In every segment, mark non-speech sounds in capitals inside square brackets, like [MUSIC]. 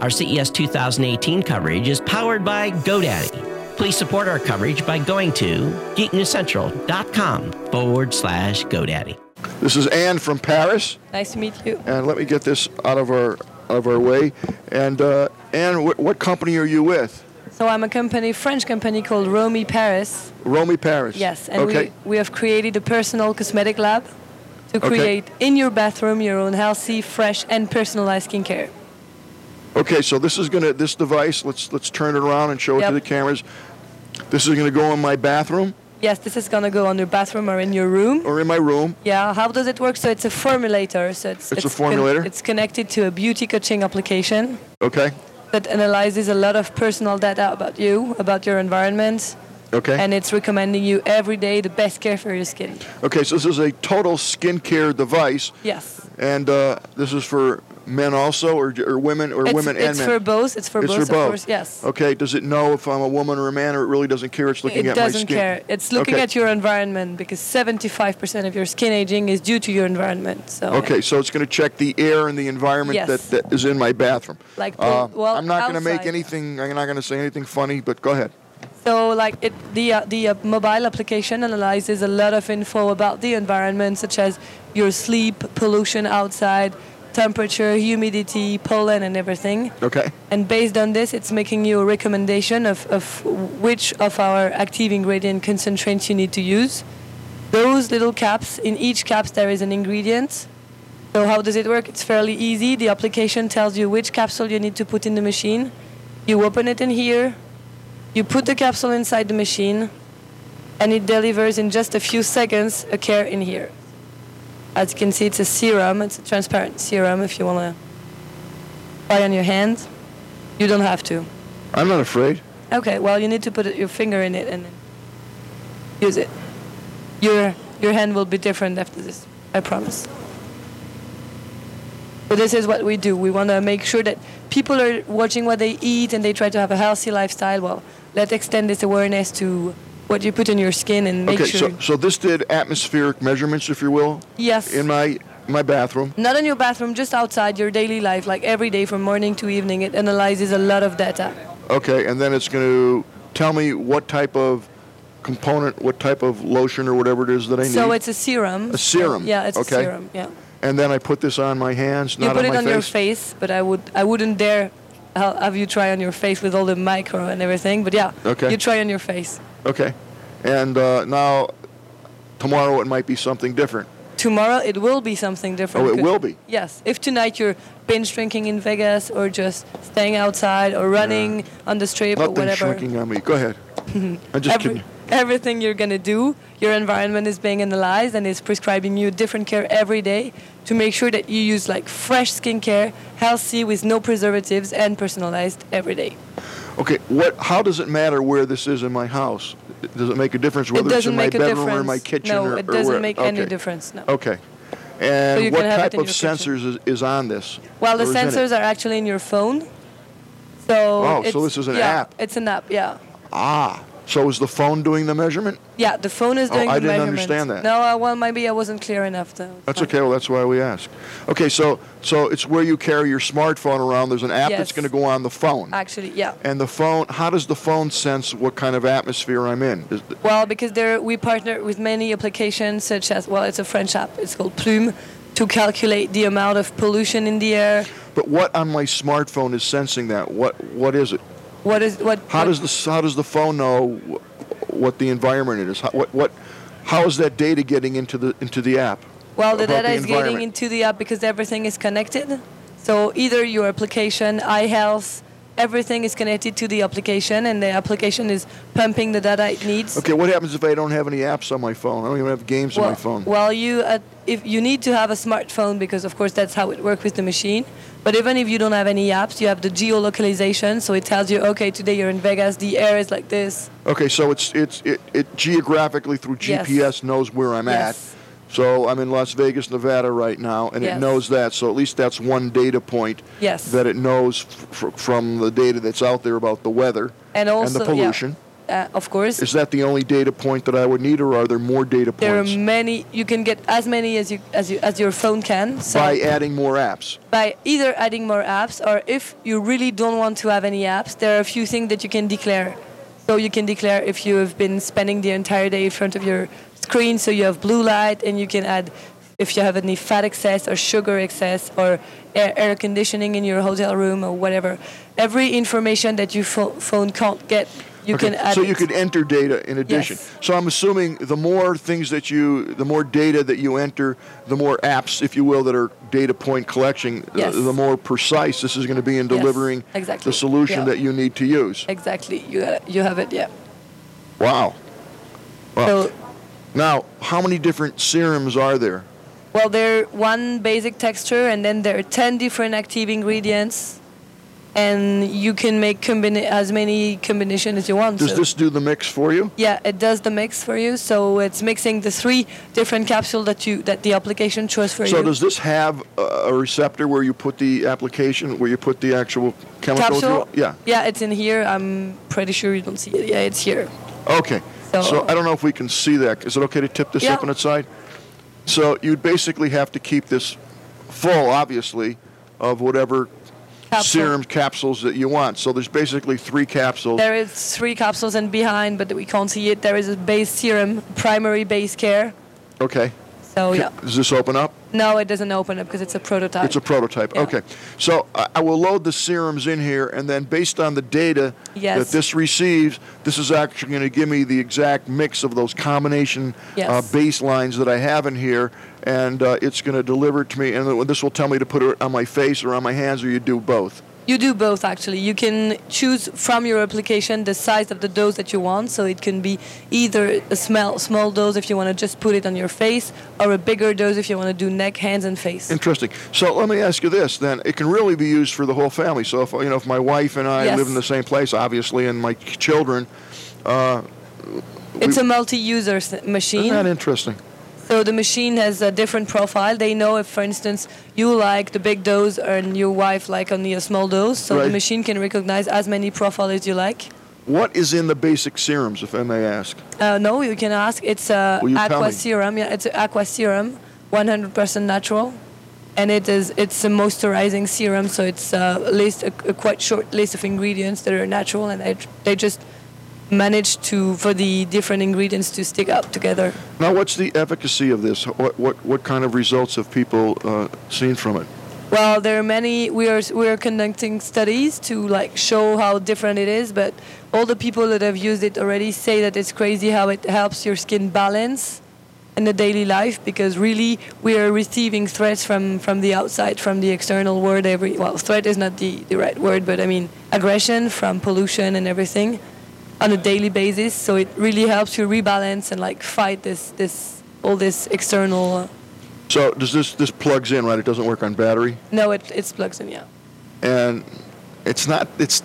Our E CES 2018 coverage is powered by GoDaddy. Please support our coverage by going to geeknewscentral.com forward slash GoDaddy. This is Anne from Paris, Nice to meet you. and let me get this out of our out of our way. And uh, Anne, wh- what company are you with? So I'm a company, French company called Romy Paris. Romy Paris. Yes, and okay. we, we have created a personal cosmetic lab to Okay. create in your bathroom your own healthy, fresh, and personalized skincare. Okay, so this is gonna this device. Let's let's turn it around and show it Yep. to the cameras. This is gonna go in my bathroom Yes, this is gonna go on your bathroom or in your room. or in my room. Yeah, how does it work? So it's a formulator. So it's It's a con- formulator? it's connected to a beauty coaching application Okay. that analyzes a lot of personal data about you, about your environment, Okay. and it's recommending you every day the best care for your skin. okay. So this is a total skincare device, Yes. and uh, this is for men also, or, j- or women, or It's, women it's and for men. both. It's for it's both, for both. of course. Yes. Okay. Does it know if I'm a woman or a man, or it really doesn't care? It's looking it at my doesn't skin. care. It's looking Okay. at your environment because 75% of your skin aging is due to your environment. So Okay, so it's going to check the air and the environment Yes. that, that is in my bathroom. Like, Uh, well, I'm not going to make outside. anything. I'm not going to say anything funny, but go ahead. So like it, the uh, the uh, mobile application analyzes a lot of info about the environment, such as your sleep, pollution outside, temperature, humidity, pollen, and everything. Okay. And based on this, it's making you a recommendation of, of which of our active ingredient concentrates you need to use. Those little caps, in each caps there is an ingredient. So how does it work? It's fairly easy. The application tells you which capsule you need to put in the machine. You open it in here, you put the capsule inside the machine, and it delivers in just a few seconds a care in here. As you can see, it's a serum. It's a transparent serum if you want to buy on your hand. You don't have to. I'm not afraid. Okay, well, you need to put your finger in it and then use it. Your your hand will be different after this. I promise. But this is what we do. We want to make sure that people are watching what they eat and they try to have a healthy lifestyle. Well, let's extend this awareness to what you put in your skin and make okay, sure. so so this did atmospheric measurements, if you will, yes. in my my bathroom. not in your bathroom, just outside your daily life, like every day from morning to evening. It analyzes a lot of data. Okay, and then it's going to tell me what type of component, what type of lotion or whatever it is that I So need. it's a serum. A serum, Yeah, it's okay. a serum. Yeah. and then I put this on my hands, You not put on it my on your face, but I would I wouldn't dare ha- have you try on your face with all the micro and everything. But yeah, Okay. you try on your face. Okay, and uh, now tomorrow it might be something different. Tomorrow it will be something different. Oh, it Could- will be? Yes. If tonight you're binge drinking in Vegas or just staying outside or running on the strip or Nothing whatever, shrinking on me. Go [LAUGHS] ahead. I'm just every- kidding. everything you're gonna do, your environment is being analyzed and is prescribing you different care every day to make sure that you use like fresh skincare, healthy with no preservatives and personalized every day. Okay, what? How does it matter where this is in my house? Does it make a difference whether it it's doesn't in my make a bedroom difference. or in my kitchen? No, or, it or doesn't where? make any Okay. Oh, difference. No. Okay, you and can what have it type in of your kitchen. sensors is, is on this? Well, the Or is in it? sensors are actually in your phone. So Oh, so it's- this is an yeah, app. It's an app. Yeah. Ah, so is the phone doing the measurement? Yeah, the phone is Oh, doing I the didn't measurement. understand that. No, uh, well, maybe I wasn't clear enough. Though. That's okay. Well, that's why we ask. Okay, so so it's where you carry your smartphone around. There's an app that's Yes. going to go on the phone. Actually, yeah. and the phone, how does the phone sense what kind of atmosphere I'm in? Is, Well, because there we partner with many applications such as well, it's a French app. It's called Plume to calculate the amount of pollution in the air. but what on my smartphone is sensing that? What what is it? What is what? How what- does the how does the phone know wh- what the environment it is? How, what what how is that data getting into the into the app? Well, the about data is getting environment? into the app because everything is connected. So either your application, iHealth, everything is connected to the application, and the application is pumping the data it needs. Okay, what happens if I don't have any apps on my phone? I don't even have games well, on my phone. well, you uh, if you need to have a smartphone because of course that's how it works with the machine. But even if you don't have any apps, you have the geolocalization, so it tells you, okay, today you're in Vegas, the air is like this. okay, so it's it's it, it geographically through Yes. GPS knows where I'm Yes. at. So I'm in Las Vegas, Nevada right now, and it Yes. knows that. So at least that's one data point Yes. that it knows f- f- from the data that's out there about the weather and also the pollution. Yeah, uh, of course. Is that the only data point that I would need, or are there more data there are points many. You can get as many as you as you as your phone can. So by adding more apps? by either adding more apps or if you really don't want to have any apps, there are a few things that you can declare. So you can declare if you have been spending the entire day in front of your screen, so you have blue light, and you can add if you have any fat excess or sugar excess or air, air conditioning in your hotel room or whatever. Every information that your pho- phone can't get, you Okay, can add. so you it. could enter data in addition. Yes. So I'm assuming the more things that you, the more data that you enter, the more apps, if you will, that are data point collection, uh, Yes. the more precise this is going to be in delivering exactly. the solution Yeah. that you need to use. exactly you got it. you have it yeah. Wow. Wow. So now, how many different serums are there? Well, they're one basic texture, and then there are 10 different active ingredients, and you can make combina- as many combination as you want. Does so- this do the mix for you? yeah, it does the mix for you. So it's mixing the three different capsule that you that the application chose for So you. does this have a a receptor where you put the application, where you put the actual chemical? if you capsule? will? Yeah. Yeah, it's in here. I'm pretty sure you don't see it. Yeah, it's here. Okay. So, So- I don't know if we can see that. Is it okay to tip this Yeah. up on its side? So you'd basically have to keep this full, obviously, of whatever Capsule. serum capsules that you want. So there's basically three capsules. There is three capsules and behind, but we can't see it. There is a base serum, primary base care. okay. So Oh, yeah. Does this open up? No, it doesn't open up because it's a prototype. It's a prototype. Yeah. Okay. So I, I will load the serums in here, and then based on the data Yes. that this receives, this is actually going to give me the exact mix of those combination Yes. uh, baselines that I have in here, and uh, it's going to deliver it to me. And then this will tell me to put it on my face or on my hands, or you do both. You do both actually. You can choose from your application the size of the dose that you want. So it can be either a small, small dose if you want to just put it on your face, or a bigger dose if you want to do neck, hands, and face. Interesting. So let me ask you this: then it can really be used for the whole family. So if you know, if my wife and I Yes. live in the same place, obviously, and my children, it's a multi-user s- machine. isn't that interesting? So the machine has a different profile. They know if, for instance, you like the big dose and your wife like only a small dose. So Right. the machine can recognize as many profiles as you like. What is in the basic serums, if I may ask? Uh, no, you can ask. It's a Will you tell me? aqua serum. Yeah, it's a aqua serum, 100% natural, and it is it's a moisturizing serum. So it's a list, a, a quite short list of ingredients that are natural, and they, they just manage to for the different ingredients to stick up together. Now, what's the efficacy of this? What what, what kind of results have people uh, seen from it? Well, there are many. We are we are conducting studies to like show how different it is, but all the people that have used it already say that it's crazy how it helps your skin balance in the daily life because really we are receiving threats from from the outside, from the external world. Every well, threat is not the the right word, but I mean aggression from pollution and everything on a daily basis. So it really helps you rebalance and like fight this this all this external. Uh, So, does this this plugs in right? It doesn't work on battery, no, it it's plugs in, yeah. and it's not it's.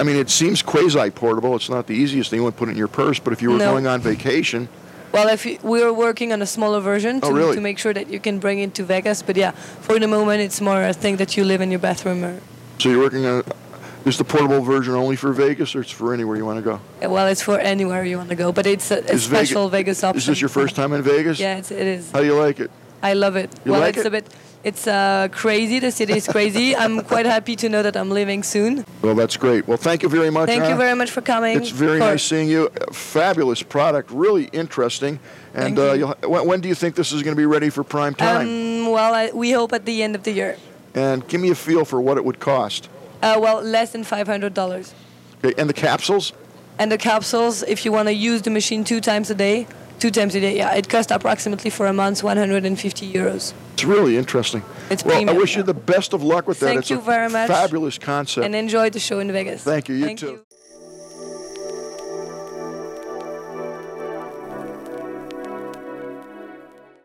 I mean, it seems quasi portable. It's not the easiest thing. You wouldn't put it in your purse, but if you were No. going on vacation, Well, if you, we're working on a smaller version to, Oh, really? to make sure that you can bring it to Vegas, but yeah, for the moment it's more a thing that you live in your bathroom. Or, so you're working on. Is the portable version only for Vegas, or it's for anywhere you want to go? well, it's for anywhere you want to go, but it's a, a Is Vega- special Vegas, option. Is this your first time in Vegas? Yeah, it's, it is. How do you like it? I love it. You well, like it's it? a bit, it's uh, crazy. The city is [LAUGHS] crazy. I'm quite happy to know that I'm leaving soon. Well, that's great. Well, thank you very much. Uh, Thank you Anna. very much for coming. It's very for- nice seeing you. Fabulous product, really interesting. And Thank you. Uh, you'll, when, when do you think this is going to be ready for prime time? Um, well, I, we hope at the end of the year. and give me a feel for what it would cost. Uh, well, less than five hundred dollars. Okay, and the capsules? and the capsules if you want to use the machine two times a day two times a day yeah it costs approximately for a month 150 euros It's really interesting. It's well, I premium, wish you yeah. the best of luck with that. Thank it's you a very much. Fabulous concept. and enjoy the show in vegas Thank you. You Thank too. you.